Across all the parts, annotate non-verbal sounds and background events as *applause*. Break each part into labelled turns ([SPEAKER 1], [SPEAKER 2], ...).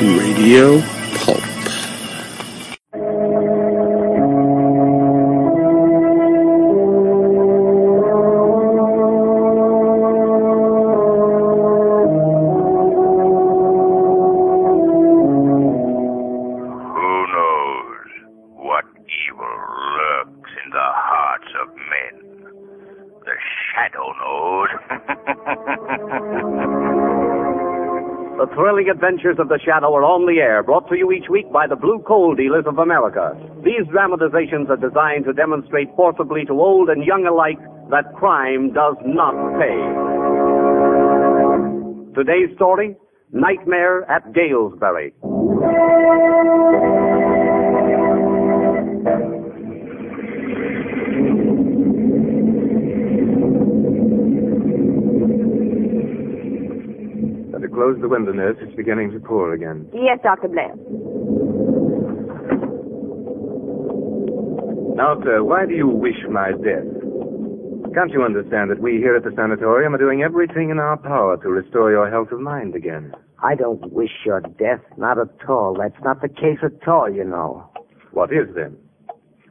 [SPEAKER 1] Radio Pulp.
[SPEAKER 2] Who knows what evil lurks in the hearts of men? The shadow knows. *laughs*
[SPEAKER 3] The thrilling adventures of the Shadow are on the air, brought to you each week by the Blue Coal Dealers of America. These dramatizations are designed to demonstrate forcibly to old and young alike that crime does not pay. Today's story Nightmare at Galesbury.
[SPEAKER 4] Better close the window, nurse. It's beginning to pour again.
[SPEAKER 5] Yes, Dr. Blair.
[SPEAKER 4] Now, sir, why do you wish my death? Can't you understand that we here at the sanatorium are doing everything in our power to restore your health of mind again?
[SPEAKER 6] I don't wish your death, not at all. That's not the case at all, you know.
[SPEAKER 4] What is then?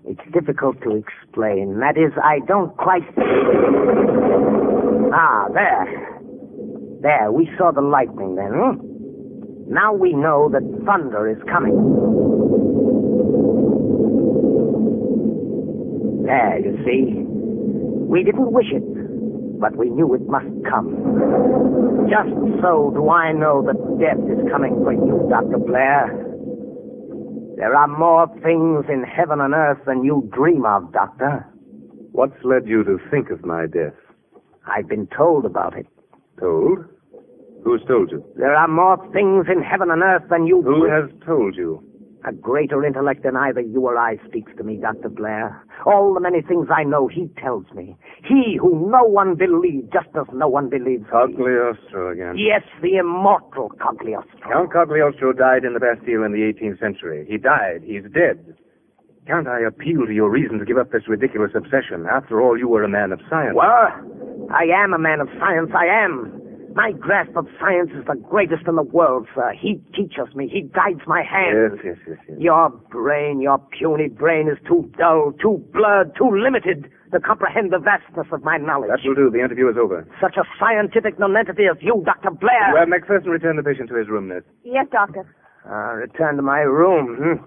[SPEAKER 6] It's difficult to explain. That is, I don't quite. Ah, there. There, we saw the lightning then. Hmm? Now we know that thunder is coming. There, you see. We didn't wish it, but we knew it must come. Just so do I know that death is coming for you, Dr. Blair. There are more things in heaven and earth than you dream of, Doctor.
[SPEAKER 4] What's led you to think of my death?
[SPEAKER 6] I've been told about it.
[SPEAKER 4] Told? Who's told you?
[SPEAKER 6] There are more things in heaven and earth than you.
[SPEAKER 4] Who has told you?
[SPEAKER 6] A greater intellect than either you or I speaks to me, Dr. Blair. All the many things I know, he tells me. He who no one believes, just as no one believes. me.
[SPEAKER 4] Cagliostro again.
[SPEAKER 6] Yes, the immortal Cagliostro.
[SPEAKER 4] Count Cagliostro died in the Bastille in the 18th century. He died. He's dead. Can't I appeal to your reason to give up this ridiculous obsession? After all, you were a man of science.
[SPEAKER 6] Well, I am a man of science. I am. My grasp of science is the greatest in the world, sir. He teaches me. He guides my
[SPEAKER 4] Yes,
[SPEAKER 6] hand.
[SPEAKER 4] yes, yes, yes.
[SPEAKER 6] Your brain, your puny brain, is too dull, too blurred, too limited to comprehend the vastness of my knowledge.
[SPEAKER 4] That will do. The interview is over.
[SPEAKER 6] Such a scientific nonentity as you, Dr. Blair.
[SPEAKER 4] Well, MacPherson, return the patient to his room, nurse.
[SPEAKER 5] Yes, Doctor.
[SPEAKER 6] Ah, return to my room. Hmm?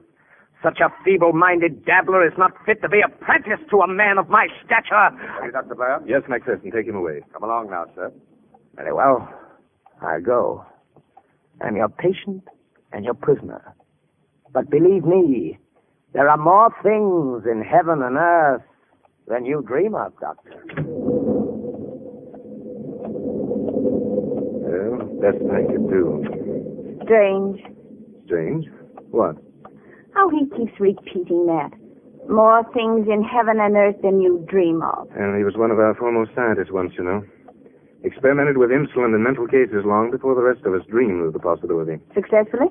[SPEAKER 6] Such a feeble-minded dabbler is not fit to be apprenticed to a man of my stature.
[SPEAKER 4] Dr. Blair? Yes, MacPherson, take him away. Come along now, sir.
[SPEAKER 6] Very well. I go. I'm your patient and your prisoner. But believe me, there are more things in heaven and earth than you dream of, Doctor.
[SPEAKER 4] Well, best I could do.
[SPEAKER 5] Strange.
[SPEAKER 4] Strange. What?
[SPEAKER 5] How he keeps repeating that. More things in heaven and earth than you dream of.
[SPEAKER 4] And he was one of our foremost scientists once, you know. Experimented with insulin and mental cases long before the rest of us dreamed of the possibility.
[SPEAKER 5] Successfully?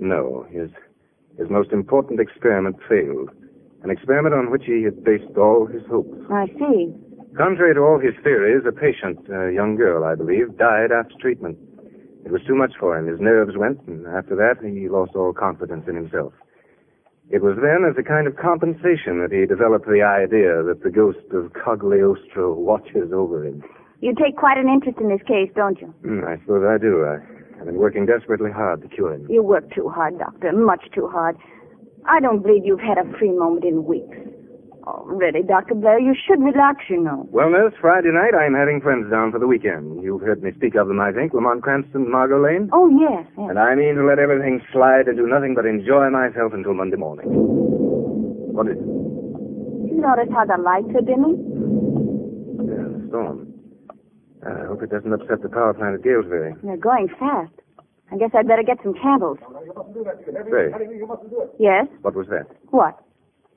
[SPEAKER 4] No, his his most important experiment failed. An experiment on which he had based all his hopes.
[SPEAKER 5] I see.
[SPEAKER 4] Contrary to all his theories, a patient, a young girl, I believe, died after treatment. It was too much for him. His nerves went, and after that, he lost all confidence in himself. It was then, as a kind of compensation, that he developed the idea that the ghost of Cagliostro watches over him.
[SPEAKER 5] You take quite an interest in this case, don't you?
[SPEAKER 4] Hmm, I suppose I do. I, I've been working desperately hard to cure him.
[SPEAKER 5] You work too hard, Doctor. Much too hard. I don't believe you've had a free moment in weeks. Oh, really, Dr. Blair, you should relax, you know.
[SPEAKER 4] Well, nurse, Friday night I'm having friends down for the weekend. You've heard me speak of them, I think. Lamont Cranston, Margot Lane.
[SPEAKER 5] Oh, yes, yes.
[SPEAKER 4] And I mean to let everything slide and do nothing but enjoy myself until Monday morning. What is it?
[SPEAKER 5] You notice how the lights are dimming?
[SPEAKER 4] Yeah, Uh, the storm. I hope it doesn't upset the power plant at Galesbury.
[SPEAKER 5] They're going fast. I guess I'd better get some candles.
[SPEAKER 4] Say,
[SPEAKER 5] Yes?
[SPEAKER 4] what was that?
[SPEAKER 5] What?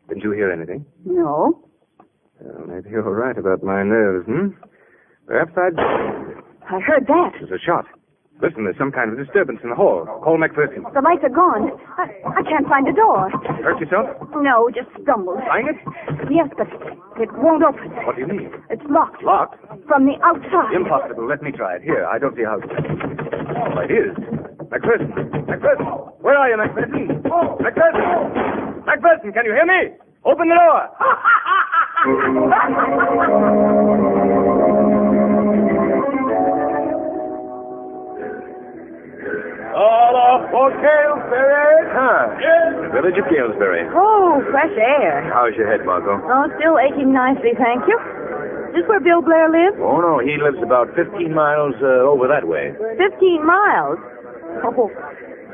[SPEAKER 4] Didn't you hear anything?
[SPEAKER 5] No.
[SPEAKER 4] Well, maybe you're right about my nerves, hmm? Perhaps I'd.
[SPEAKER 5] I heard that.
[SPEAKER 4] There's a shot. Listen, there's some kind of disturbance in the hall. Call MacPherson.
[SPEAKER 5] The lights are gone. I, I can't find the door.
[SPEAKER 4] Hurt yourself?
[SPEAKER 5] No, just stumbled.
[SPEAKER 4] Buying it?
[SPEAKER 5] Yes, but it won't open.
[SPEAKER 4] What do you mean?
[SPEAKER 5] It's locked.
[SPEAKER 4] Locked?
[SPEAKER 5] From the outside.
[SPEAKER 4] Impossible. Let me try it. Here, I don't see how. Oh, it is. MacPherson. MacPherson. Where are you, MacPherson? Oh. MacPherson. MacPherson, can you hear me? Open the door. All off for Galesbury. Huh. The village of Galesbury.
[SPEAKER 5] Oh, fresh air.
[SPEAKER 4] How's your head, Margot?
[SPEAKER 5] Oh, still aching nicely, thank you. Is this where Bill Blair lives?
[SPEAKER 4] Oh, no. He lives about 15 miles uh, over that way.
[SPEAKER 5] Fifteen miles. Oh,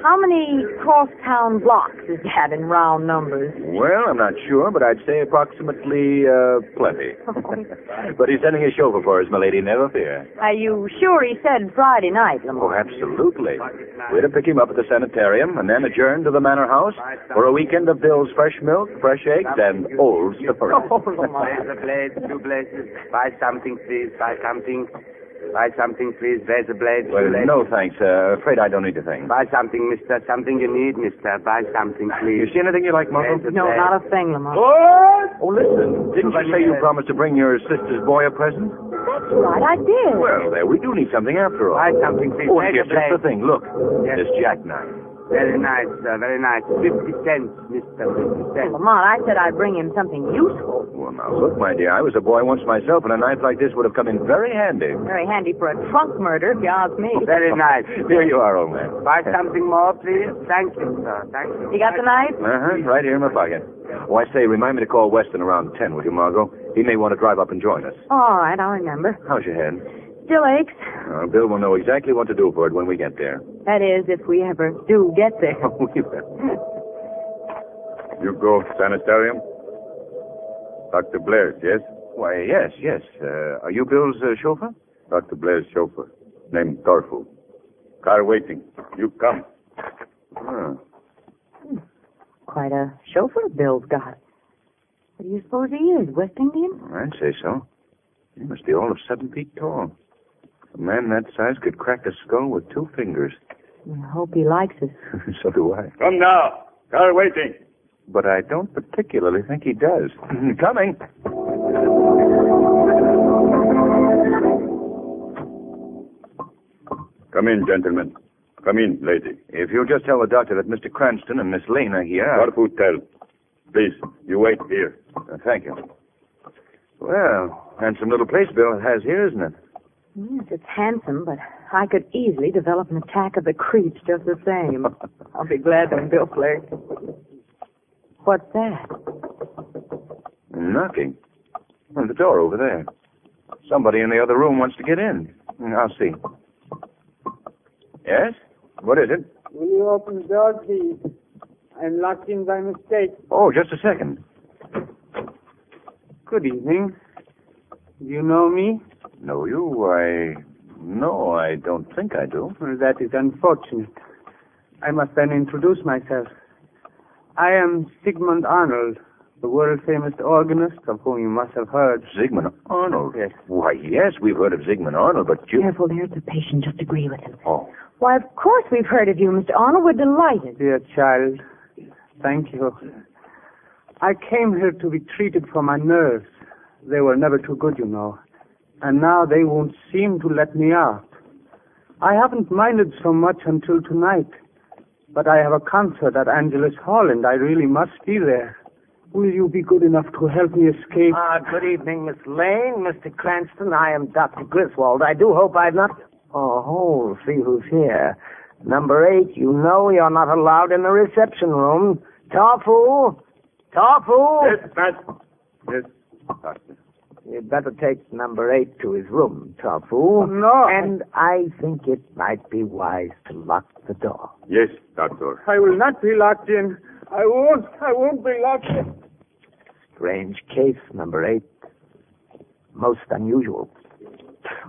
[SPEAKER 5] how many cross-town blocks is that in round numbers?
[SPEAKER 4] Well, I'm not sure, but I'd say approximately uh, plenty. but he's sending a chauffeur for us, my lady, never fear.
[SPEAKER 5] Are you sure he said Friday night,
[SPEAKER 4] Oh,
[SPEAKER 5] Lamont?
[SPEAKER 4] absolutely. We're to pick him up at the sanitarium and then adjourn to the manor house for a weekend of Bill's fresh milk, fresh eggs, and old supper.
[SPEAKER 7] There's a place, two places. Buy something, please. Buy something. Buy something, please. There's a blade.
[SPEAKER 4] well,
[SPEAKER 7] blade.
[SPEAKER 4] no thanks. Uh, afraid I don't need a thing.
[SPEAKER 7] Buy something, mister. Something you need, mister. Buy something,
[SPEAKER 4] You
[SPEAKER 7] please.
[SPEAKER 4] see anything you like, Margot?
[SPEAKER 7] There's
[SPEAKER 5] No,
[SPEAKER 7] blade.
[SPEAKER 5] not a thing, Lamont.
[SPEAKER 4] Oh, listen. Didn't you say you promised to bring your sister's boy a present?
[SPEAKER 5] That's right, I did.
[SPEAKER 4] Well, there we do need something after all.
[SPEAKER 7] Buy something, please.
[SPEAKER 4] Oh, and
[SPEAKER 7] There's a
[SPEAKER 4] here's
[SPEAKER 7] blade.
[SPEAKER 4] just the thing. Look,
[SPEAKER 7] Yes.
[SPEAKER 4] this jackknife.
[SPEAKER 7] Very nice, sir. Very nice. Fifty cents, mister. Fifty cents.
[SPEAKER 5] Lamont, I said I'd bring him something useful.
[SPEAKER 4] Well, now look, my dear. I was a boy once myself, and a knife like this would have come in very handy. Oh,
[SPEAKER 5] Very handy for a trunk murder, if you ask me.
[SPEAKER 7] Very nice.
[SPEAKER 4] Here you are, old man.
[SPEAKER 7] Buy something more, please. Thank you, sir. Thank you.
[SPEAKER 5] You got the knife?
[SPEAKER 4] Uh huh. Right here in my pocket. Oh, I say, remind me to call Weston around ten, will you, Margot? He may want to drive up and join us.
[SPEAKER 5] All right, I'll remember.
[SPEAKER 4] How's your head?
[SPEAKER 5] Still aches.
[SPEAKER 4] Uh, Bill will know exactly what to do for it when we get there.
[SPEAKER 5] That is, if we ever do get there.
[SPEAKER 4] Oh, you *laughs* You go sanitarium? Dr. Blair's, yes? Why, yes, yes. Uh, are you Bill's uh, chauffeur? Dr. Blair's chauffeur, named Torfu. Car waiting. You come. Ah,
[SPEAKER 5] Quite a chauffeur Bill's got. What do you suppose he is, West Indian?
[SPEAKER 4] I'd say so. He must be all of seven feet tall. A man that size could crack a skull with two fingers.
[SPEAKER 5] I hope he likes us.
[SPEAKER 4] *laughs* so do I.
[SPEAKER 8] Come now. Car waiting.
[SPEAKER 4] But I don't particularly think he does.
[SPEAKER 8] *laughs*
[SPEAKER 4] Coming.
[SPEAKER 8] Come in, gentlemen. Come in, lady.
[SPEAKER 4] If you'll just tell the doctor that Mr. Cranston and Miss Lane are here. I'll-
[SPEAKER 8] Corfu tell. Please, you wait here.
[SPEAKER 4] Uh, thank you. Well, handsome little place Bill has here, isn't it?
[SPEAKER 5] Yes, it's handsome, but I could easily develop an attack of the creeps just the *laughs* same. I'll be glad when Bill flares. What's that?
[SPEAKER 4] Knocking. Well, the door over there. Somebody in the other room wants to get in. I'll see. Yes? What is it?
[SPEAKER 9] Will you open the door, please? I'm locked in by mistake.
[SPEAKER 4] Oh, just a second.
[SPEAKER 9] Good evening. Do you know me?
[SPEAKER 4] No, you, I. No, I don't think I do.
[SPEAKER 9] Well, that is unfortunate. I must then introduce myself. I am Sigmund Arnold, the world famous organist of whom you must have heard.
[SPEAKER 4] Zygmunt Arnold?
[SPEAKER 9] Yes.
[SPEAKER 4] Why, yes, we've heard of Zygmunt Arnold, but you.
[SPEAKER 5] Careful, there's the patient. Just agree with him.
[SPEAKER 4] Oh.
[SPEAKER 5] Why, of course we've heard of you, Mr. Arnold. We're delighted.
[SPEAKER 9] Dear child, thank you. I came here to be treated for my nerves. They were never too good, you know. And now they won't seem to let me out. I haven't minded so much until tonight. But I have a concert at Angelus Hall and I really must be there. Will you be good enough to help me escape?
[SPEAKER 6] Ah, good evening, Miss Lane, Mr. Cranston. I am Dr. Griswold. I do hope I've not. Oh, hold, see who's here. Number eight, you know you're not allowed in the reception room. Tofu! Tofu!
[SPEAKER 8] Yes.
[SPEAKER 6] You'd better take number eight to his room, Tofu.
[SPEAKER 9] no.
[SPEAKER 6] And I think it might be wise to lock the door.
[SPEAKER 8] Yes, doctor.
[SPEAKER 9] I will not be locked in. I won't. I won't be locked in.
[SPEAKER 6] Strange case, number eight. Most unusual.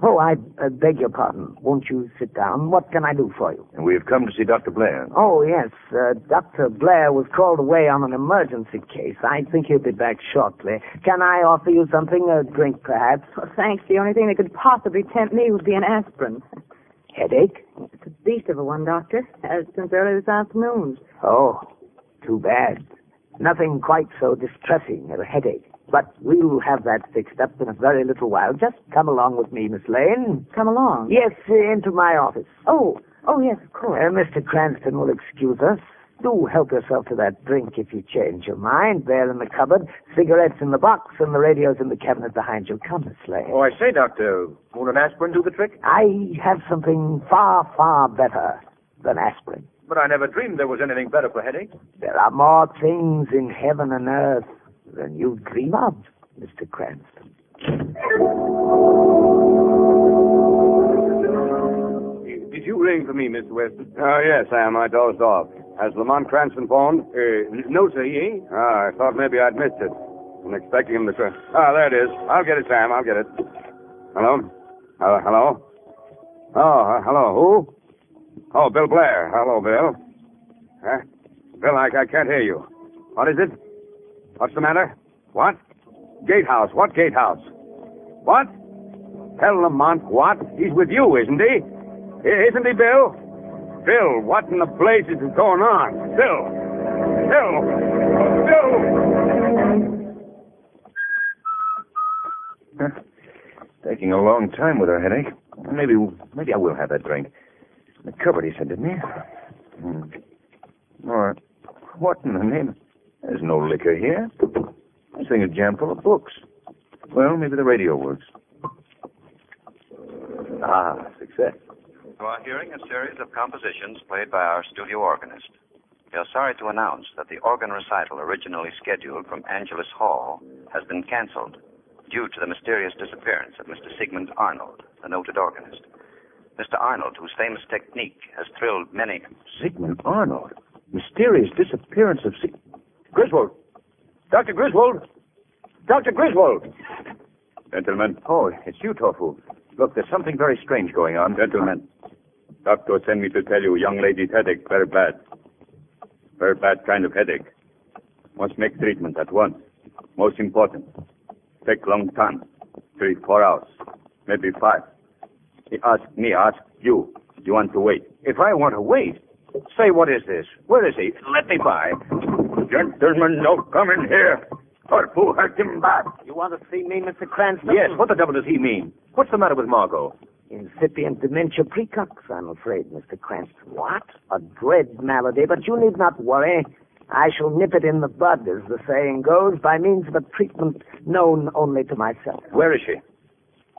[SPEAKER 6] Oh, I uh, beg your pardon. Won't you sit down? What can I do for you?
[SPEAKER 10] We've come to see Dr. Blair.
[SPEAKER 6] Oh, yes. Uh, Dr. Blair was called away on an emergency case. I think he'll be back shortly. Can I offer you something? A drink, perhaps?
[SPEAKER 11] Well, thanks. The only thing that could possibly tempt me would be an aspirin.
[SPEAKER 6] Headache?
[SPEAKER 11] It's a beast of a one, Doctor. Uh, since early this afternoon.
[SPEAKER 6] Oh, too bad. Nothing quite so distressing as a headache. But we'll have that fixed up in a very little while. Just come along with me, Miss Lane.
[SPEAKER 11] Come along?
[SPEAKER 6] Yes, uh, into my office.
[SPEAKER 11] Oh, oh, yes, of
[SPEAKER 6] Uh,
[SPEAKER 11] course.
[SPEAKER 6] Mr. Cranston will excuse us. Do help yourself to that drink if you change your mind. There in the cupboard, cigarettes in the box, and the radio's in the cabinet behind you. Come, Miss Lane.
[SPEAKER 4] Oh, I say, Doctor, won't an aspirin do the trick?
[SPEAKER 6] I have something far, far better than aspirin.
[SPEAKER 4] But I never dreamed there was anything better for headaches.
[SPEAKER 6] There are more things in heaven and earth than you dream of, Mr. Cranston.
[SPEAKER 12] Did you ring for me, Mr. Weston?
[SPEAKER 13] Oh, yes, Sam, I dozed off. Has Lamont Cranston phoned?
[SPEAKER 12] Uh, no, sir, he ain't.
[SPEAKER 13] Ah, I thought maybe I'd missed it. I'm expecting him to... cr- Ah, there it is. I'll get it, Sam. I'll get it. Hello? Uh, hello? Oh, uh, hello. Who? Oh, Bill Blair. Hello, Bill. Huh? Bill, I, I can't hear you. What is it? What's the matter? What? Gatehouse. What gatehouse? What? Tell Lamont what? He's with you, isn't he? I- Isn't he, Bill? Bill, what in the blazes is going on? Bill! Bill!
[SPEAKER 4] Taking a long time with her headache. Maybe, maybe I will have that drink. In the cupboard, he said, didn't he? Hmm. All right. What in the name? There's no liquor here. This thing is jammed full of books. Well, maybe the radio works. Ah, success.
[SPEAKER 2] You are hearing a series of compositions played by our studio organist. We are sorry to announce that the organ recital originally scheduled from Angelus Hall has been canceled due to the mysterious disappearance of Mr. Sigmund Arnold, the noted organist. Mr. Arnold, whose famous technique has thrilled many.
[SPEAKER 4] Sigmund Arnold. Mysterious disappearance of Sig. Griswold. Dr. Griswold. Dr. Griswold.
[SPEAKER 10] Gentlemen.
[SPEAKER 4] Oh, it's you, Tofu. Look, there's something very strange going on.
[SPEAKER 10] Gentlemen. Doctor sent me to tell you, young lady's headache very bad. Very bad kind of headache. Must make treatment at once. Most important. Take long time. Three, four hours. Maybe five. He asked me, ask you. You want to wait.
[SPEAKER 4] If I want to wait, say, what is this? Where is he? Let me by.
[SPEAKER 10] Gentlemen, no come in here. Tofu has him back.
[SPEAKER 6] You want to see me, Mr. Cranston?
[SPEAKER 4] Yes, what the devil does he mean? What's the matter with Margot?
[SPEAKER 6] Incipient dementia precox, I'm afraid, Mr. Cranston. What? A dread malady, but you need not worry. I shall nip it in the bud, as the saying goes, by means of a treatment known only to myself.
[SPEAKER 4] Where is she?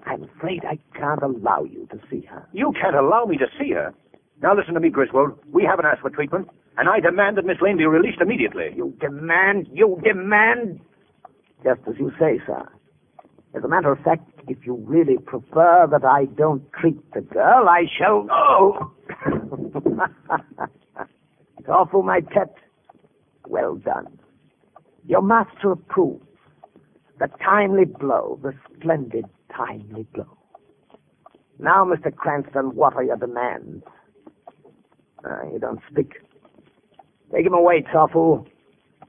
[SPEAKER 6] I'm afraid I can't allow you to see her.
[SPEAKER 4] You can't allow me to see her. Now listen to me, Griswold. We haven't asked for treatment, and I demand that Miss Lane be released immediately.
[SPEAKER 6] You demand? You demand? Just as you say, sir. As a matter of fact, if you really prefer that I don't treat the girl, I shall. Oh! *laughs* Tofu, my pet. Well done. Your master approves. The timely blow, the splendid timely blow. Now, Mr. Cranston, what are your demands? Ah, you don't speak. Take him away, Tofu.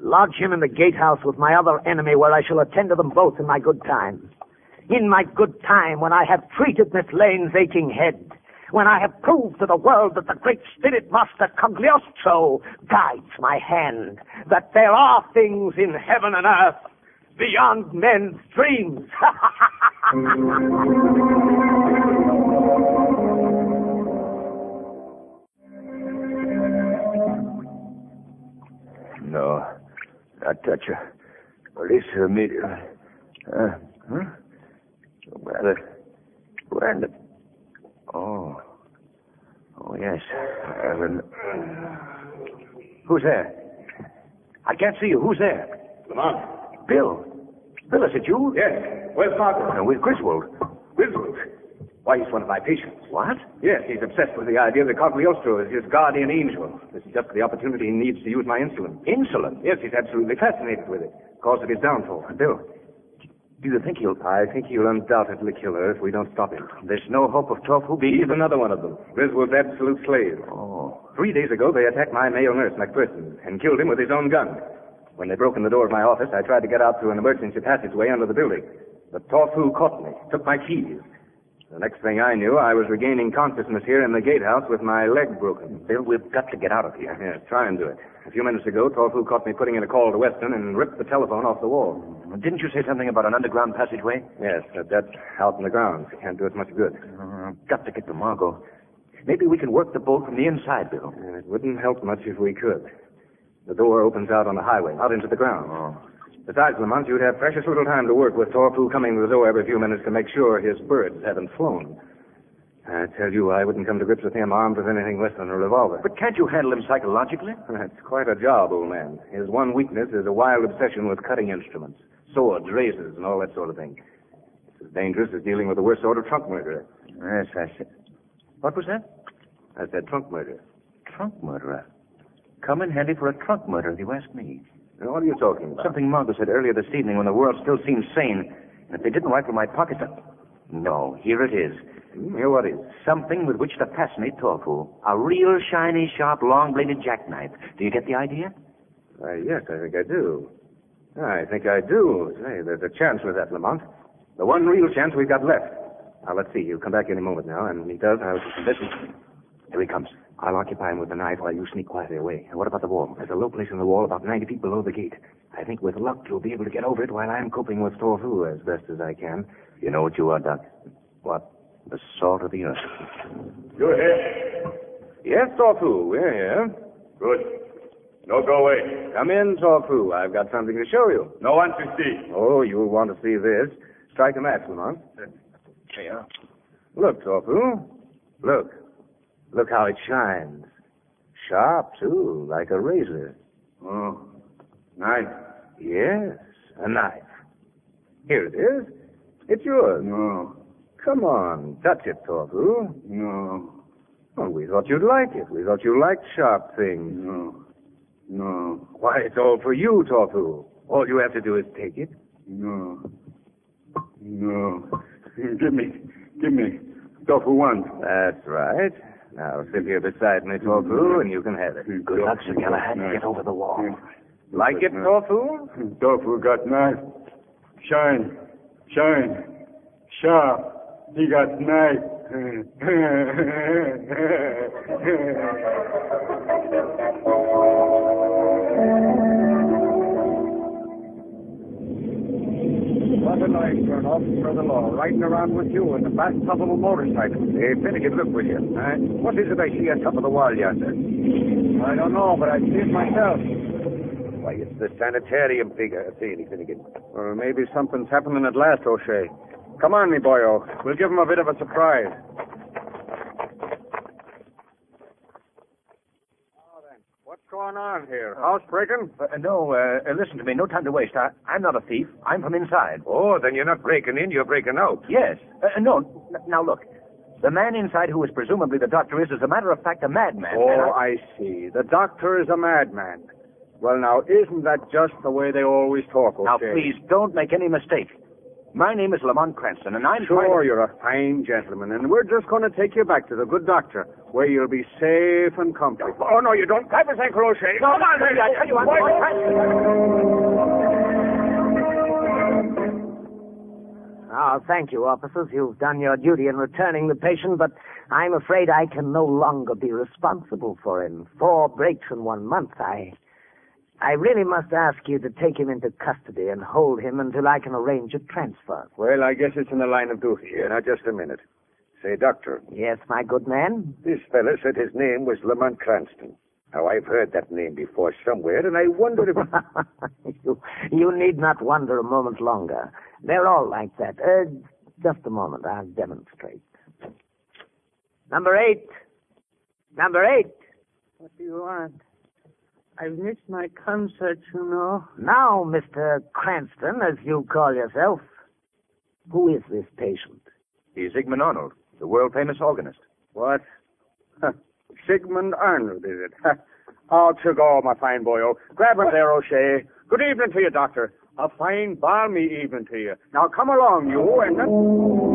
[SPEAKER 6] Lodge him in the gatehouse with my other enemy, where I shall attend to them both in my good time. In my good time, when I have treated Miss Lane's aching head, when I have proved to the world that the great spirit master Cagliostro guides my hand, that there are things in heaven and earth beyond men's dreams. *laughs*
[SPEAKER 4] No, not touch her. Release her immediately. Uh, huh? Where the, where in the, oh, oh yes, Evan. Who's there? I can't see you. Who's there? Lamont. Bill. Bill, is it you?
[SPEAKER 14] Yes. Where's Margaret?
[SPEAKER 4] Uh, with Griswold.
[SPEAKER 14] Griswold. Why, he's one of my patients.
[SPEAKER 4] What?
[SPEAKER 14] Yes, he's obsessed with the idea that Cagliostro is his guardian angel. This is just the opportunity he needs to use my insulin.
[SPEAKER 4] Insulin?
[SPEAKER 14] Yes, he's absolutely fascinated with it. Cause of his downfall.
[SPEAKER 4] Bill.
[SPEAKER 2] Do you think he'll... I think he'll undoubtedly kill her if we don't stop him. There's no hope of Torfubi. He's another one of them.
[SPEAKER 4] Griswold's absolute slave.
[SPEAKER 2] Oh.
[SPEAKER 4] Three days ago, they attacked my male nurse, McPherson, and killed him with his own gun.
[SPEAKER 2] When they broke in the door of my office, I tried to get out through an emergency passageway under the building. But Torfu caught me, took my keys.
[SPEAKER 4] The next thing I knew, I was regaining consciousness here in the gatehouse with my leg broken.
[SPEAKER 2] Bill, we've got to get out of here.
[SPEAKER 4] Yes, try and do it. A few minutes ago, Torfu caught me putting in a call to Weston and ripped the telephone off the wall.
[SPEAKER 2] Didn't you say something about an underground passageway?
[SPEAKER 4] Yes, but that's out in the grounds. Can't do us much good.
[SPEAKER 2] Uh, got to get to Margot. Maybe we can work the boat from the inside, Bill.
[SPEAKER 4] And it wouldn't help much if we could. The door opens out on the highway, out into the ground.
[SPEAKER 2] Oh.
[SPEAKER 4] Besides, Lamont, you'd have precious little time to work with Torfu coming to the door every few minutes to make sure his birds haven't flown. I tell you, I wouldn't come to grips with him armed with anything less than a revolver.
[SPEAKER 2] But can't you handle him psychologically?
[SPEAKER 4] *laughs* That's quite a job, old man. His one weakness is a wild obsession with cutting instruments, swords, razors, and all that sort of thing. It's as dangerous as dealing with the worst sort of trunk murderer.
[SPEAKER 2] Yes, I said. What was that?
[SPEAKER 4] I said trunk murder.
[SPEAKER 2] Trunk murderer? Come in handy for a trunk murder, if you ask me.
[SPEAKER 4] Now, what are you talking about?
[SPEAKER 2] Something Margot said earlier this evening when the world still seemed sane. And if they didn't rifle my pockets, I... No, here it is.
[SPEAKER 4] Mm, here what is?
[SPEAKER 2] Something with which to pass me tofu. A real shiny, sharp, long-bladed jackknife. Do you get the idea?
[SPEAKER 4] Uh, yes, I think I do. Ah, I think I do. Say, there's a chance with that, Lamont. The one real chance we've got left. Now, let's see. He'll come back any moment now, and when he does, I'll...
[SPEAKER 2] Listen. Here he comes. I'll occupy him with the knife while you sneak quietly away. And what about the wall?
[SPEAKER 4] There's a low place in the wall about 90 feet below the gate. I think with luck, you'll be able to get over it while I'm coping with Torfu as best as I can.
[SPEAKER 2] You know what you are, Doc? What? The salt of the earth.
[SPEAKER 8] You're here.
[SPEAKER 4] Yes, Torfu, we're here.
[SPEAKER 8] Good. No, go away.
[SPEAKER 4] Come in, Torfu. I've got something to show you.
[SPEAKER 8] No one to see.
[SPEAKER 4] Oh, you'll want to see this. Strike a match, Lamont.
[SPEAKER 2] Here.
[SPEAKER 4] Look, Torfu. Look. Look how it shines. Sharp, too, like a razor.
[SPEAKER 8] Oh, knife.
[SPEAKER 4] Yes, a knife. Here it is. It's yours.
[SPEAKER 8] No.
[SPEAKER 4] Come on, touch it, Torbu.
[SPEAKER 8] No.
[SPEAKER 4] Well, we thought you'd like it. We thought you liked sharp things.
[SPEAKER 8] No. No.
[SPEAKER 4] Why, it's all for you, Torbu. All you have to do is take it.
[SPEAKER 8] No. No. *laughs* give me. Give me. Tofu one.
[SPEAKER 4] That's right. Now sit here beside me, Torfu, and you can have it.
[SPEAKER 2] Good luck, Sir Galahad. Get over the wall.
[SPEAKER 4] Like it, *laughs* Torfu?
[SPEAKER 8] Tofu got knife. Shine. Shine. Sharp. He got knife. *laughs*
[SPEAKER 15] What a noise for an officer of the law riding around with you in the bathtub of a motorcycle.
[SPEAKER 4] Hey, Finnegan, look with you.
[SPEAKER 15] Huh?
[SPEAKER 4] What is it I see on top of the wall yonder?
[SPEAKER 15] I don't know, but I see it myself.
[SPEAKER 4] Why, it's the sanitarium figure. I see it, Finnegan. Or maybe something's happening at last, O'Shea. Come on, me boyo. We'll give him a bit of a surprise.
[SPEAKER 15] What's going on here? Housebreaking?
[SPEAKER 2] Uh, no, uh, uh, listen to me. No time to waste. I, I'm not a thief. I'm from inside.
[SPEAKER 4] Oh, then you're not breaking in, you're breaking out.
[SPEAKER 2] Yes. Uh, no. N- now look. The man inside, who is presumably the doctor, is, as a matter of fact, a madman. and
[SPEAKER 15] Oh, I see. The doctor is a madman. Well, now, isn't that just the way they always talk, okay?
[SPEAKER 2] Now, please don't make any mistake. My name is Lamont Cranston, and I'm
[SPEAKER 15] Sure,
[SPEAKER 2] trying to-
[SPEAKER 15] you're a fine gentleman, and we're just going to take you back to the good doctor, where you'll be safe and comfortable.
[SPEAKER 4] Oh, no, you don't. Type us, Uncle O'Shea.
[SPEAKER 2] Come on, baby, I tell you, I'm Lamont
[SPEAKER 6] Ah, thank you, officers. You've done your duty in returning the patient, but I'm afraid I can no longer be responsible for him. Four breaks in one month. I, I really must ask you to take him into custody and hold him until I can arrange a transfer.
[SPEAKER 4] Well, I guess it's in the line of duty. Now, just a minute. Say, Doctor,
[SPEAKER 6] Yes, my good man.
[SPEAKER 4] this fella said his name was Lamont Cranston. Now, Oh, I've heard that name before somewhere, and I wonder if.
[SPEAKER 6] *laughs* you, you need not wonder a moment longer. They're all like that. Uh, just a moment. I'll demonstrate. Number eight. Number eight.
[SPEAKER 16] What do you want? I've missed my concert, you know.
[SPEAKER 6] Now, Mr. Cranston, as you call yourself, who is this patient?
[SPEAKER 2] He's Zygmunt Arnold, the world-famous organist.
[SPEAKER 17] *laughs*
[SPEAKER 15] What? Huh. Sigmund Arnold, is it? Huh. oh, took all my fine boyo. Grab him there, O'Shea. Good evening to you, doctor.
[SPEAKER 17] A fine balmy evening to you. Now come along, you, and then...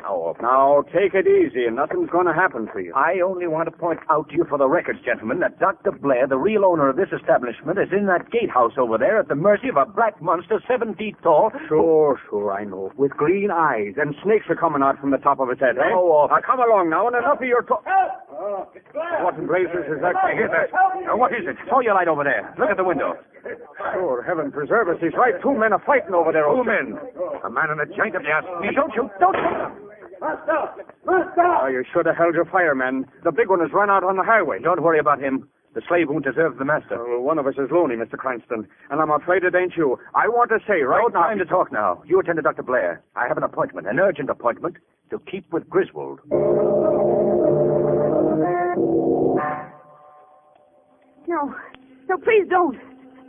[SPEAKER 4] Now,
[SPEAKER 17] Now take it easy, and nothing's going to happen to you.
[SPEAKER 4] I only want to point out to you for the records, gentlemen, that Dr. Blair, the real owner of this establishment, is in that gatehouse over there at the mercy of a black monster seven feet tall.
[SPEAKER 17] Sure, sure, I know. With green eyes, and snakes are coming out from the top of his head, eh?
[SPEAKER 4] Now,
[SPEAKER 17] Now come along now, and enough of your talk. What in blazes is that?
[SPEAKER 4] Uh, Hey, here, there. Now, what is it? Throw your light over there. Look at the window.
[SPEAKER 17] Sure, heaven preserve us. He's right. Two men are fighting over there.
[SPEAKER 4] Two
[SPEAKER 17] old chap.
[SPEAKER 4] men. A man and a giant of the ass.
[SPEAKER 17] Don't shoot! Don't shoot! Oh, you should have held your fire, men. The big one has run out on the highway. Don't worry about him. The slave won't deserve the master. Well, one of us is lonely, Mr. Cranston, and I'm afraid it ain't you. I want to say right
[SPEAKER 4] no
[SPEAKER 17] now.
[SPEAKER 4] time to talk now. You attend to Dr. Blair. I have an appointment, an urgent appointment, to keep with Griswold.
[SPEAKER 5] No. No, please don't.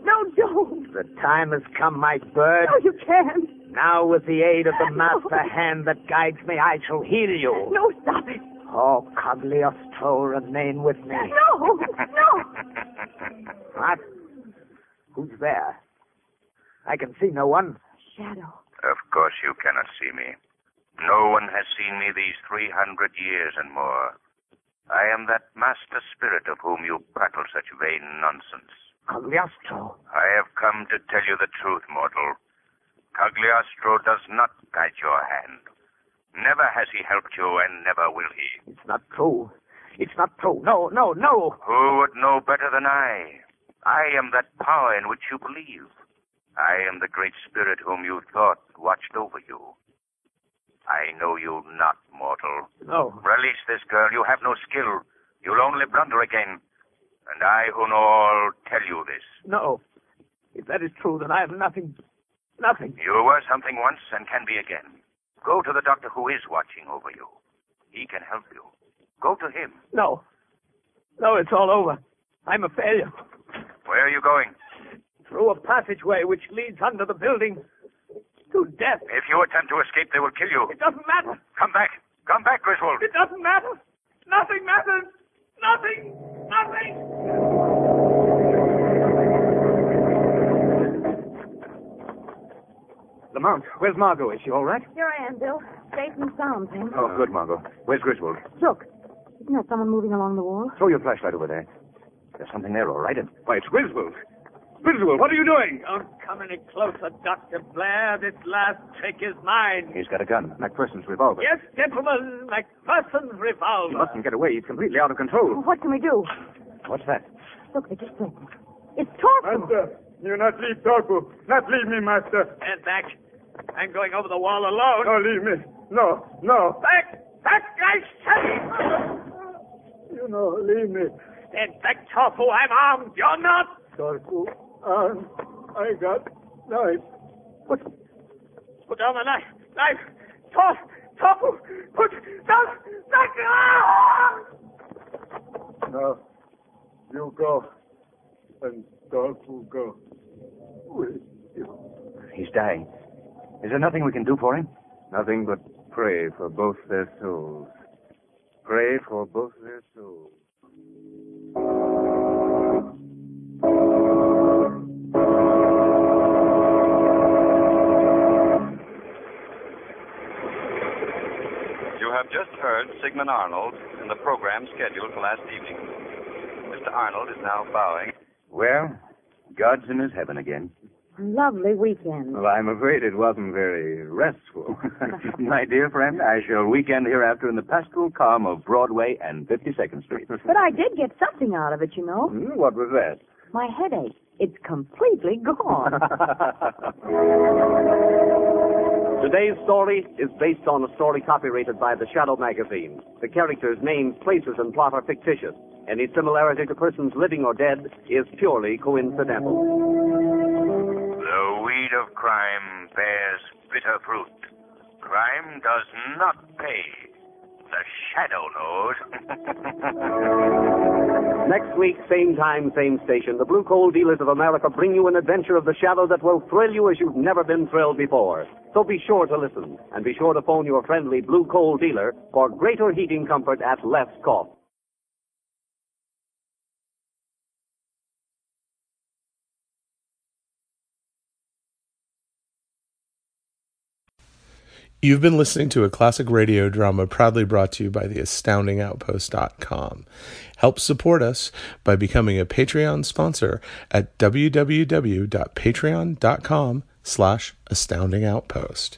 [SPEAKER 5] No, don't.
[SPEAKER 6] The time has come, my bird.
[SPEAKER 5] No, you can't.
[SPEAKER 6] Now, with the aid of the master hand that guides me, I shall heal you.
[SPEAKER 5] No, stop it.
[SPEAKER 6] Oh, Cagliostro, remain with me.
[SPEAKER 5] No. No.
[SPEAKER 6] What? Who's there? I can see no one.
[SPEAKER 5] Shadow.
[SPEAKER 2] Of course you cannot see me. No one has seen me these 300 years and more. I am that master spirit of whom you prattle such vain nonsense.
[SPEAKER 6] Cagliostro.
[SPEAKER 2] I have come to tell you the truth, mortal. Cagliostro does not guide your hand. Never has he helped you, and never will he.
[SPEAKER 6] It's not true. It's not true. No, no, no.
[SPEAKER 2] Who would know better than I? I am that power in which you believe. I am the great spirit whom you thought watched over you. I know you not, mortal.
[SPEAKER 6] No.
[SPEAKER 2] Release this girl. You have no skill. You'll only blunder again. And I, who know all, tell you this.
[SPEAKER 6] No. If that is true, then I have nothing. Nothing.
[SPEAKER 2] You were something once and can be again. Go to the doctor who is watching over you. He can help you. Go to him.
[SPEAKER 6] No. No, it's all over. I'm a failure.
[SPEAKER 2] Where are you going?
[SPEAKER 6] Through a passageway which leads under the building to death.
[SPEAKER 2] If you attempt to escape, they will kill you.
[SPEAKER 6] It doesn't matter.
[SPEAKER 2] Come back. Come back, Griswold.
[SPEAKER 6] It doesn't matter. Nothing matters. Nothing. Nothing.
[SPEAKER 4] Lamont, where's Margot? Is she all right?
[SPEAKER 5] Here I am, Bill. Safe and sound, Jim.
[SPEAKER 4] Oh, good, Margot. Where's Griswold?
[SPEAKER 5] Look. Isn't that someone moving along the wall?
[SPEAKER 4] Throw your flashlight over there. There's something there, all right.
[SPEAKER 18] Why, it's Griswold. Griswold, what are you doing?
[SPEAKER 19] Don't come any closer, Dr. Blair. This last trick is mine.
[SPEAKER 4] He's got a gun. MacPherson's revolver.
[SPEAKER 19] Yes, gentlemen, MacPherson's
[SPEAKER 4] He
[SPEAKER 19] revolver.
[SPEAKER 4] mustn't get away. He's completely out of control.
[SPEAKER 5] What can we do?
[SPEAKER 4] What's that?
[SPEAKER 5] Look, they just went. It's Torquil.
[SPEAKER 17] Master, you not leave Torquil. Not leave me, Master.
[SPEAKER 19] Stand back. I'm going over the wall alone.
[SPEAKER 17] No, leave me. No, no.
[SPEAKER 19] Back! Back, I say!
[SPEAKER 17] You know, leave me.
[SPEAKER 19] Stand back, Torfu. I'm armed. You're not.
[SPEAKER 17] Torquil, um, I got knife. What?
[SPEAKER 19] Put down the knife. Knife. Torf. Torfu. Put down the knife.
[SPEAKER 17] No. You go. And Torquil go. With you.
[SPEAKER 4] He's dying. Is there nothing we can do for him?
[SPEAKER 20] Nothing but pray for both their souls. Pray for both their souls.
[SPEAKER 21] You have just heard Sigmund Arnold in the program scheduled for last evening. Mr. Arnold is now bowing.
[SPEAKER 4] Well, God's in his heaven again.
[SPEAKER 5] Lovely weekend.
[SPEAKER 20] Well, I'm afraid it wasn't very restful.
[SPEAKER 4] *laughs* My dear friend, I shall weekend hereafter in the pastoral calm of Broadway and
[SPEAKER 20] *laughs*
[SPEAKER 4] 52nd Street.
[SPEAKER 5] But I did get something out of it, you know.
[SPEAKER 4] Hmm, what was that?
[SPEAKER 5] My headache. It's completely gone.
[SPEAKER 22] *laughs* Today's story is based on a story copyrighted by the Shadow magazine. The characters, names, places, and plot are fictitious. Any similarity to persons living or dead is purely coincidental.
[SPEAKER 2] The weed of crime bears bitter fruit. Crime does not pay. The shadow knows.
[SPEAKER 22] Next week, same time, same station, the Blue Coal Dealers of America bring you an adventure of the Shadow that will thrill you as you've never been thrilled before. So be sure to listen, and be sure to phone your friendly Blue Coal dealer for greater heating comfort at less cost.
[SPEAKER 23] You've been listening to a classic radio drama proudly brought to you by the astoundingoutpost.com. Help support us by becoming a Patreon sponsor at www.patreon.com slash astoundingoutpost.